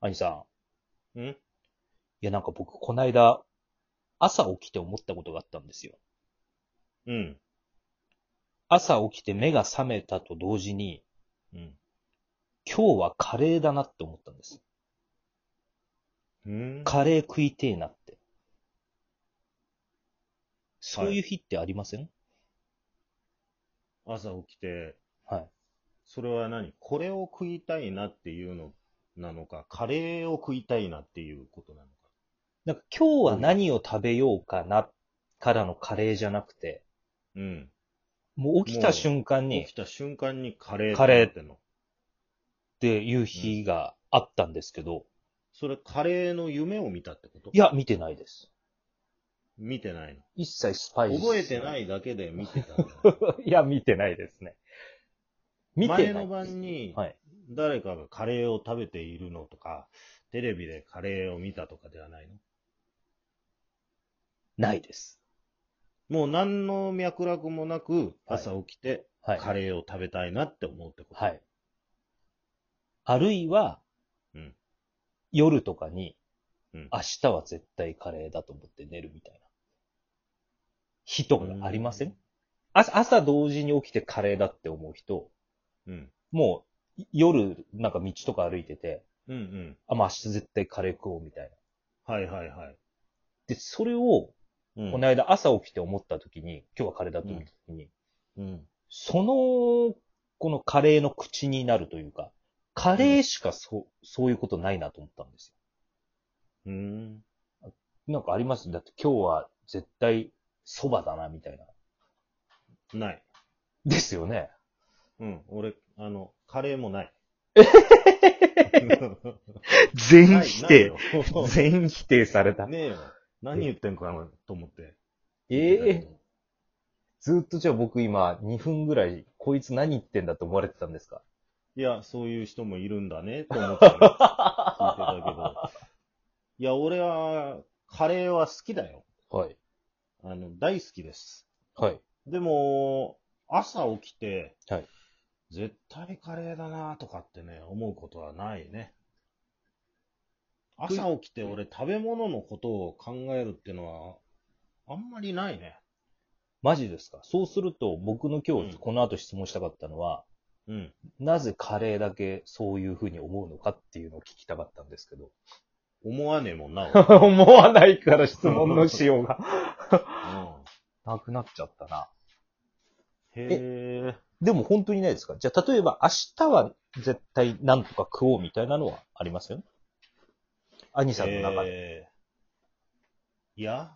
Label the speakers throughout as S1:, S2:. S1: 兄さん。
S2: ん
S1: いや、なんか僕、こないだ、朝起きて思ったことがあったんですよ。
S2: うん。
S1: 朝起きて目が覚めたと同時に、
S2: うん。
S1: 今日はカレーだなって思ったんです。
S2: うん。
S1: カレー食いてえなって。そういう日ってありません
S2: 朝起きて、
S1: はい。
S2: それは何これを食いたいなっていうのなのか、カレーを食いたいなっていうことなのか。
S1: なんか今日は何を食べようかな、からのカレーじゃなくて、
S2: うん。
S1: もう起きた瞬間に
S2: 起きた瞬間にカレー
S1: カレー
S2: ってなってんの。
S1: っていう日があったんですけど、
S2: それカレーの夢を見たってこと
S1: いや、見てないです。
S2: 見てない
S1: 一切スパイ
S2: の。
S1: ス。
S2: 覚えてないだけで見てたの。
S1: いや、見てないですね。見て
S2: 前
S1: ない。
S2: の晩に、
S1: はい。
S2: 誰かがカレーを食べているのとか、テレビでカレーを見たとかではないの
S1: ないです。
S2: もう何の脈絡もなく、
S1: はい
S2: 朝起きて、
S1: はい。
S2: カレーを食べたいなって思うってこと。
S1: はい。あるいは、
S2: うん
S1: 夜とかに、
S2: うん
S1: 明日は絶対カレーだと思って寝るみたいな。日とかがありません
S2: うん
S1: 朝朝同時に起きてカレーだって思う人、
S2: うん。
S1: もう夜なんか道とか歩いてて、
S2: うんうん。
S1: あ、まあ明日絶対カレー食おうみたいな。
S2: はいはいはい。
S1: で、それを、
S2: うん
S1: この間朝起きて思った時に、今日はカレーだと思った時に、
S2: うん。
S1: その、このカレーの口になるというか、カレーしかそ、うそういうことないなと思ったんです
S2: うん。
S1: よ。なんかありますだって今日は絶対蕎麦だな、みたいな。
S2: ない。
S1: ですよね。
S2: うん。俺、あの、カレーもない。
S1: 全
S2: ない。ないよ
S1: 全否定された。
S2: ねえよ。何言ってんかなと思って。
S1: ええずっとじゃあ僕今2分ぐらい、こいつ何言ってんだって思われてたんです か
S2: いや、そういう人もいるんだね、と思って聞いてたけど。いや、俺は、カレーは好きだよ。
S1: はい。
S2: あの、大好きです。
S1: はい。
S2: でも、朝起きて、
S1: はい
S2: 絶対カレーだなとかってね、思うことはないね。朝起きて俺食べ物のことを考えるってのは、あんまりないね。
S1: マジですかそうすると僕の今
S2: う
S1: 日
S2: ん
S1: この後質問したかったのは、
S2: うん。
S1: なぜカレーだけそういうふうに思うのかっていうのを聞きたかったんですけど。
S2: 思わねえもん な、俺
S1: 思わないから質問の仕様が。
S2: うん、
S1: なくなっちゃったな。
S2: へえ。
S1: でも本当にないですかじゃあ例えば明日は絶対なんとか食おうみたいなのはありますよ兄さんの中で。
S2: えーい や、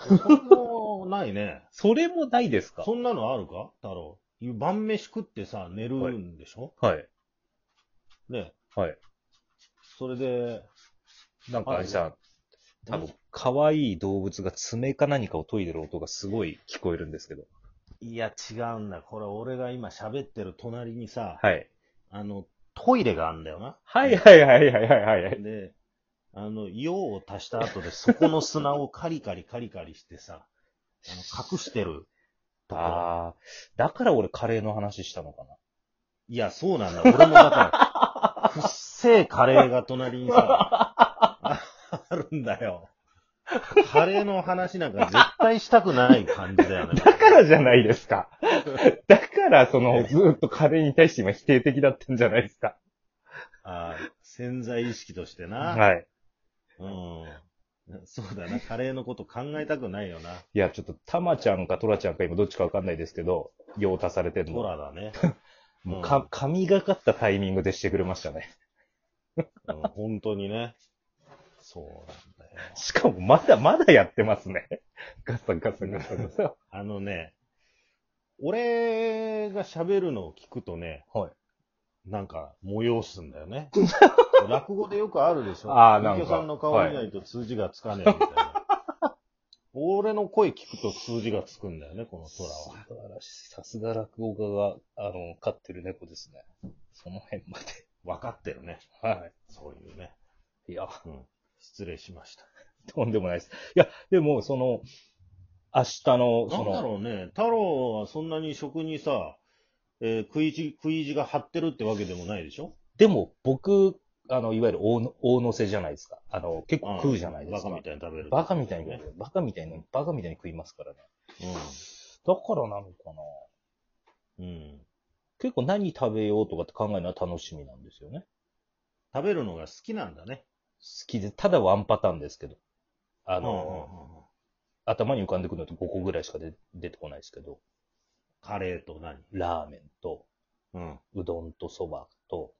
S2: それもないね。
S1: それもないですか
S2: そんなのあるか太郎。晩飯食ってさ、寝るんでしょ、
S1: はい。
S2: ね。
S1: はい。
S2: それで、
S1: なんか兄さん、多
S2: ん
S1: 分可愛い動物が爪か何かを研いでる音がすごい聞こえるんですけど。
S2: いや、違うんだ。これ、俺が今喋ってる隣にさ、
S1: はい。
S2: あの、トイレがあんだよな。
S1: はいはいはいはいはいはい。
S2: で、あの、用を足した後で、そこの砂をカリカリカリカリしてさ、あの隠してるところ。
S1: ああ、だから俺カレーの話したのか
S2: いや、そうなんだ。俺も だから、くっせえカレーが隣にさ、ああるんだよ。カレーの話なんか絶対したくない感じだよ
S1: な。
S2: ね。
S1: だからじゃないですか。だから、その、ずーっとカレーに対して今否定的だったんじゃないですか。
S2: あー潜在意識としてな。
S1: はい。
S2: うん。 そうだな。カレーのこと考えたくないよな。
S1: いや、ちょっと、たまちゃんかトラちゃんか今どっちかわかんないですけど、用足されてる
S2: ト
S1: の。
S2: ラだね。
S1: もう
S2: うん
S1: か、神がかったタイミングでしてくれましたね。
S2: うん、本当にね。そうなんだよ。
S1: しかも、まだ、まだやってますね。 ガッサンガッサンガッサンガッサン。
S2: あのね、俺が喋るのを聞くとね、
S1: はい
S2: なんか催すんだ よね。落語でよくあるでしょ。
S1: あーなんか
S2: 右京さんの顔見ないと数字がつかねえみたいな。俺の声聞くと数字がつくんだよね、この
S1: 素
S2: トラは。
S1: 晴らしい。さすが落語家が、あの、飼ってる猫ですね。その辺まで。
S2: 分かってるね。
S1: は
S2: そういうね。
S1: い。いや。
S2: うん。失礼しました。
S1: とんでもないです。いや、でも、その、明日の、
S2: な
S1: そ
S2: んだ
S1: の、
S2: ろうね、太郎はそんなに食にさ、えー食い意地、食い意地が張ってるってわけでもないでしょ
S1: でも僕、あの、いわゆる大の大乗せじゃないですか。あの、結構食うじゃないですか。
S2: バカみたいに食べる。
S1: バカみたいに。、バカみたいに、バカみたいに食いますからね。だからなのかな
S2: うん。うん。
S1: 結構何食べようとかって考えるのは楽しみなんですよね。
S2: 食べるのが好きなんだね。
S1: 好きで、ただワンパターンですけど。あ
S2: あ
S1: の、頭に浮かんでくるのって5個ぐらいしか出出てこないですけど、
S2: カレーと何
S1: ラーメンと、
S2: うん。
S1: うどんとそばと、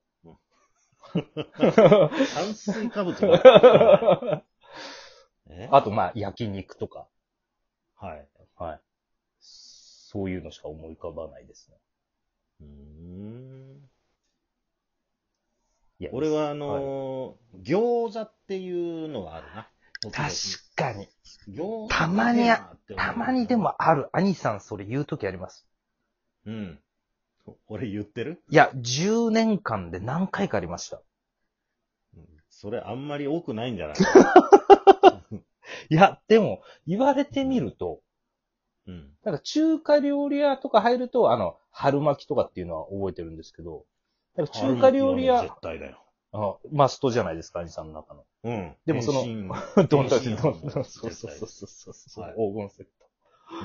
S2: 炭水化物 が。え
S1: あとまあ焼肉とか、
S2: はい。
S1: はい。そういうのしか思い浮かばないですね。
S2: うーん
S1: いや
S2: 俺はあのー餃子っていうのがあるな。
S1: 確かに。
S2: 餃子
S1: たまに
S2: だけな
S1: た
S2: って思う
S1: まにで。もある。兄さんそれ言うときあります。
S2: うん。俺言ってる
S1: いや、10年間で何回かありました。
S2: それあんまり多くない んじゃない
S1: いや、でも、言われてみると、
S2: うん。
S1: なんか中華料理屋とか入ると、あの、春巻きとかっていうのは覚えてるんですけど、なんか中華料理
S2: あ
S1: 屋
S2: るよ、絶対だよ。
S1: あのマストじゃないですか、兄さんの中の。
S2: うん。
S1: でもその
S2: 天津
S1: どんだけ、
S2: 天津飯
S1: どんだけ。
S2: も
S1: そうそうそうそうそうそう、
S2: はい
S1: 黄金セット。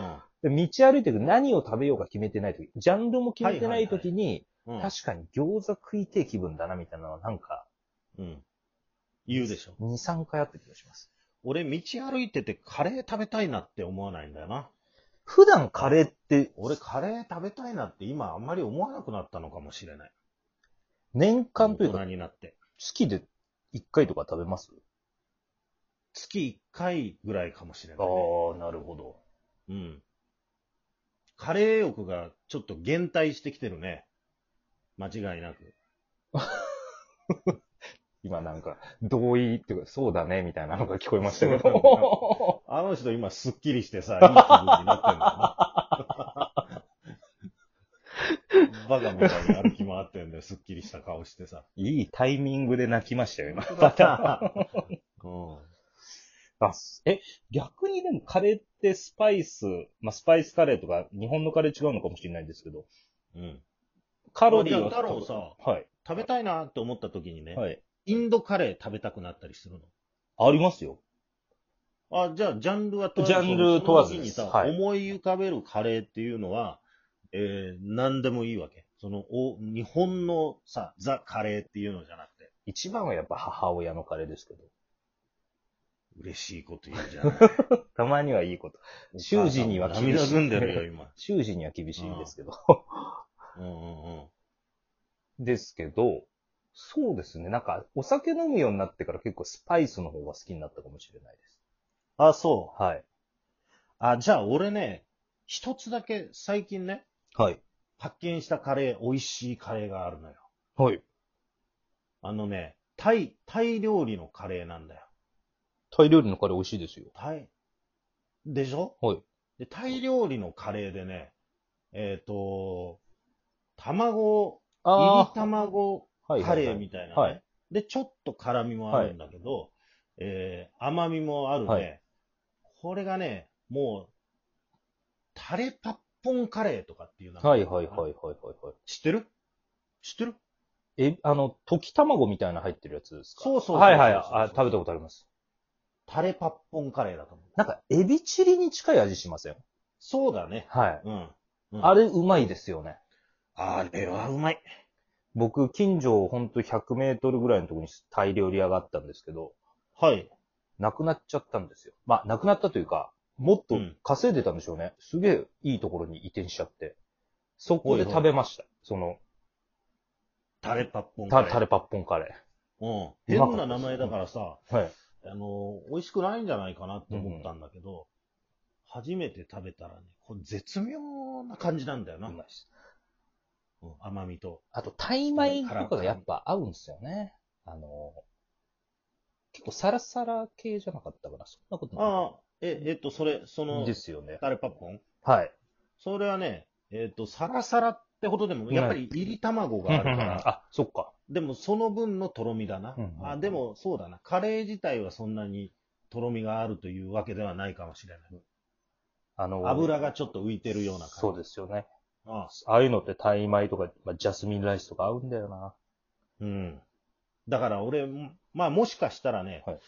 S2: うん
S1: で道歩いてる何を食べようか決めてないとき、ジャンルも決めてないときに、
S2: うん
S1: 確かに餃子食いてえ気分だなみたいなのはなんか、
S2: うん。言うでしょ。
S1: 2、3回あった気がします。
S2: 俺、道歩いててカレー食べたいなって思わないんだよな。
S1: 普段カレーって、
S2: 俺、カレー食べたいなって今あんまり思わなくなったのかもしれない。
S1: 年間という
S2: 大人
S1: か、
S2: になって。
S1: 月で1回とか食べます
S2: 月1回ぐらいかもしれ
S1: あ
S2: ないね、
S1: あ、なるほど。
S2: うん。カレー欲がちょっと減退してきてるね。間違いなく。
S1: 今なんか、同意っていうか、そうだね、みたいなのが聞こえましたけど。
S2: あの人今スッキリしてさ、いい気分になってんだよな。バカみたいに歩き回ってんだよ、スッキリした顔してさ。
S1: いいタイミングで泣きましたよ、今。
S2: うん。
S1: あ え、逆にでもカレーってスパイス、まあ、スパイスカレーとか、日本のカレー違うのかもしれないんですけど、
S2: うん。
S1: カロリーは。
S2: あじゃあ太郎さ
S1: はい。
S2: 食べたいなって思った時にね、
S1: はい。
S2: インドカレー食べたくなったりするの。
S1: ありますよ。
S2: あ、じゃあ、ジャンルは問わず。
S1: ジャンル問わず
S2: その時にさ、
S1: はい
S2: 思い浮かべるカレーっていうのは、えー、何でもいいわけ。その、お、日本のさ、ザ・カレーっていうのじゃなくて、
S1: 一番はやっぱ母親のカレーですけど。
S2: 嬉しいこと言うじゃない。
S1: たまにはいいこと。習字には厳
S2: 厳
S1: し
S2: し
S1: い
S2: い。涙ぐんでるよ、 今。
S1: 習字には厳しいですけど。
S2: うんうんうん。
S1: ですけど、そうですね。なんか、お酒飲むようになってから結構スパイスの方が好きになったかもしれないです。
S2: あ、そう。
S1: はい。
S2: あ、じゃあ、俺ね、一つだけ最近ね、
S1: はい。
S2: 発見したカレー、美味しいカレーがあるのよ。
S1: はい。
S2: あのね、タイ、タイ料理のカレーなんだよ。
S1: タイ料理のカレー美味しいですよ。
S2: タイ。でしょ
S1: はい。
S2: で、タイ料理のカレーでね、えっ、と、卵、いり卵
S1: はい
S2: カレーみたいな、ね
S1: はい
S2: で、ちょっと辛みもあるんだけど、えー甘みもあるね、
S1: はい
S2: これがね、もう、タレパッポンカレーとかっていう名前
S1: はいはいはいはいはいはい。
S2: 知ってる知ってる
S1: え、あの、溶き卵みたいな入ってるやつですか
S2: そうそうそうそう
S1: はいはい。あ、食べたことあります。
S2: タレパッポンカレーだと思う。
S1: なんか、エビチリに近い味しません
S2: そうだね。
S1: はい。
S2: うん。うん
S1: あれ、うまいですよね。
S2: あれはうまい。
S1: 僕、近所、ほんと100メートルぐらいのところにタイ料理屋があったんですけど、
S2: はい。
S1: なくなっちゃったんですよ。まあ、なくなったというか、もっと
S2: うん
S1: 稼いでたんでしょうね。すげえいいところに移転しちゃって。そこで
S2: ほいほ
S1: 食
S2: い
S1: べました。その、
S2: タレパッポンカ
S1: た
S2: レー。
S1: タレパッポンカレ
S2: うん。
S1: うまかった
S2: 変な名前だからさ、
S1: ー。はい。
S2: あの、美味しくないんじゃないかなって思ったんだけど、初めて食べたらね、こう絶妙な感じなんだよな。
S1: うまいです。
S2: うん甘みと。
S1: あと、タイ米とかがやっぱ合うんですよね。あの、結構サラサラ系じゃなかったから、そんなことな
S2: ああ、え、えっと、それ、そ
S1: い
S2: の
S1: で、すよね。
S2: タレパッポン
S1: はい。
S2: それはね、えっと、サラサラってほどでも、やっぱり入り卵があるから、
S1: あ、そっか。
S2: でもその分のとろみだな
S1: うんうんう。ん
S2: あ、でもそうだな。カレー自体はそんなにとろみがあるというわけではないかもしれない。
S1: あの、
S2: 油がちょっと浮いてるような感じ。
S1: そうですよね。
S2: ああ
S1: ああいうのってタイ米とか、まあ、ジャスミンライスとか合うんだよな。
S2: うん。だから俺、まあもしかしたらね、
S1: はい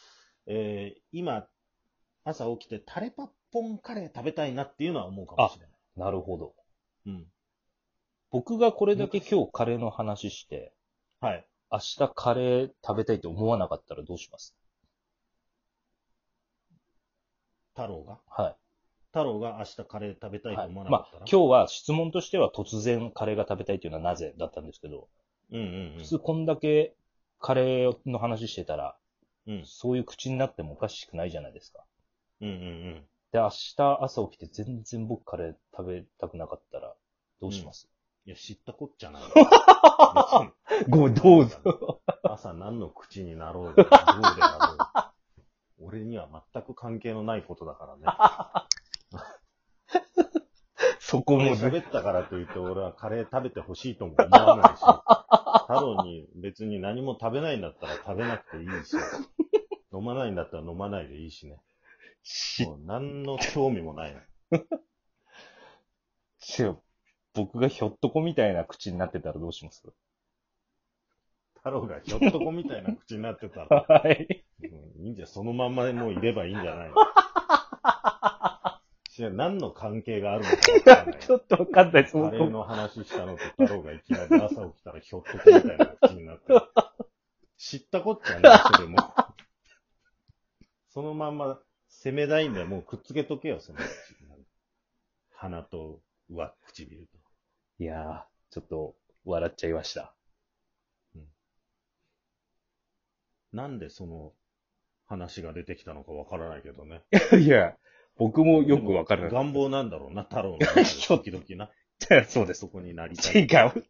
S2: えー今、朝起きてタレパッポンカレー食べたいなっていうのは思うかもしれない。
S1: なるほど。
S2: うん。
S1: 僕がこれだけ今日カレーの話して、
S2: はい。
S1: 明日カレー食べたいと思わなかったらどうします
S2: 太郎が。
S1: はい。
S2: 太郎が明日カレー食べたいと思わなか
S1: ま
S2: った
S1: あ
S2: ら、、
S1: 今日は質問としては突然カレーが食べたいというのはなぜだったんですけど、
S2: うんうんうん
S1: 普通こんだけカレーの話してたら、
S2: うん
S1: そういう口になってもおかしくないじゃないですか。
S2: うんうん
S1: で、明日朝起きて全然僕カレー食べたくなかったら、どうします、
S2: いや、知ったこっちゃない。別
S1: ごめん、
S2: に
S1: どうぞ。
S2: 朝何の口になろうが、どうであろうが。俺には全く関係のないこと だからね。
S1: そこ
S2: 俺
S1: もず、
S2: 喋ったからといって俺はカレー食べてほしいとも思 わないし、太郎に別に何も食べないんだったら食べなくていいし、飲まないんだったら飲まないでい いしね。
S1: し、
S2: もう何の興味もないの。
S1: し僕がひょっとこみたいな口になってたらどうします
S2: 太郎がひょっとこみたいな口になってたら、
S1: はい。
S2: うんいいんじゃ、そのまんまでもういればいいんじ ゃないのいや何の関係があるのかわからない。
S1: ちょっとわかんないです。
S2: カレー
S1: 僕
S2: の話したのと太郎がいきなり朝起きたらひょっとこみたいな口になってる。知ったこっちゃないそれも。そのまんま攻めたいんだよ。もうくっつけとけよ、その口鼻と上唇と。
S1: いやー、ちょっと笑っちゃいました。
S2: なんでその話が出てきたのかわからないけどね。
S1: いや、僕もよくわからない。
S2: 願望なんだろうな、太郎の中 で。
S1: ひょっ
S2: 時々な。
S1: そうです。
S2: そこになりたい。
S1: 違う。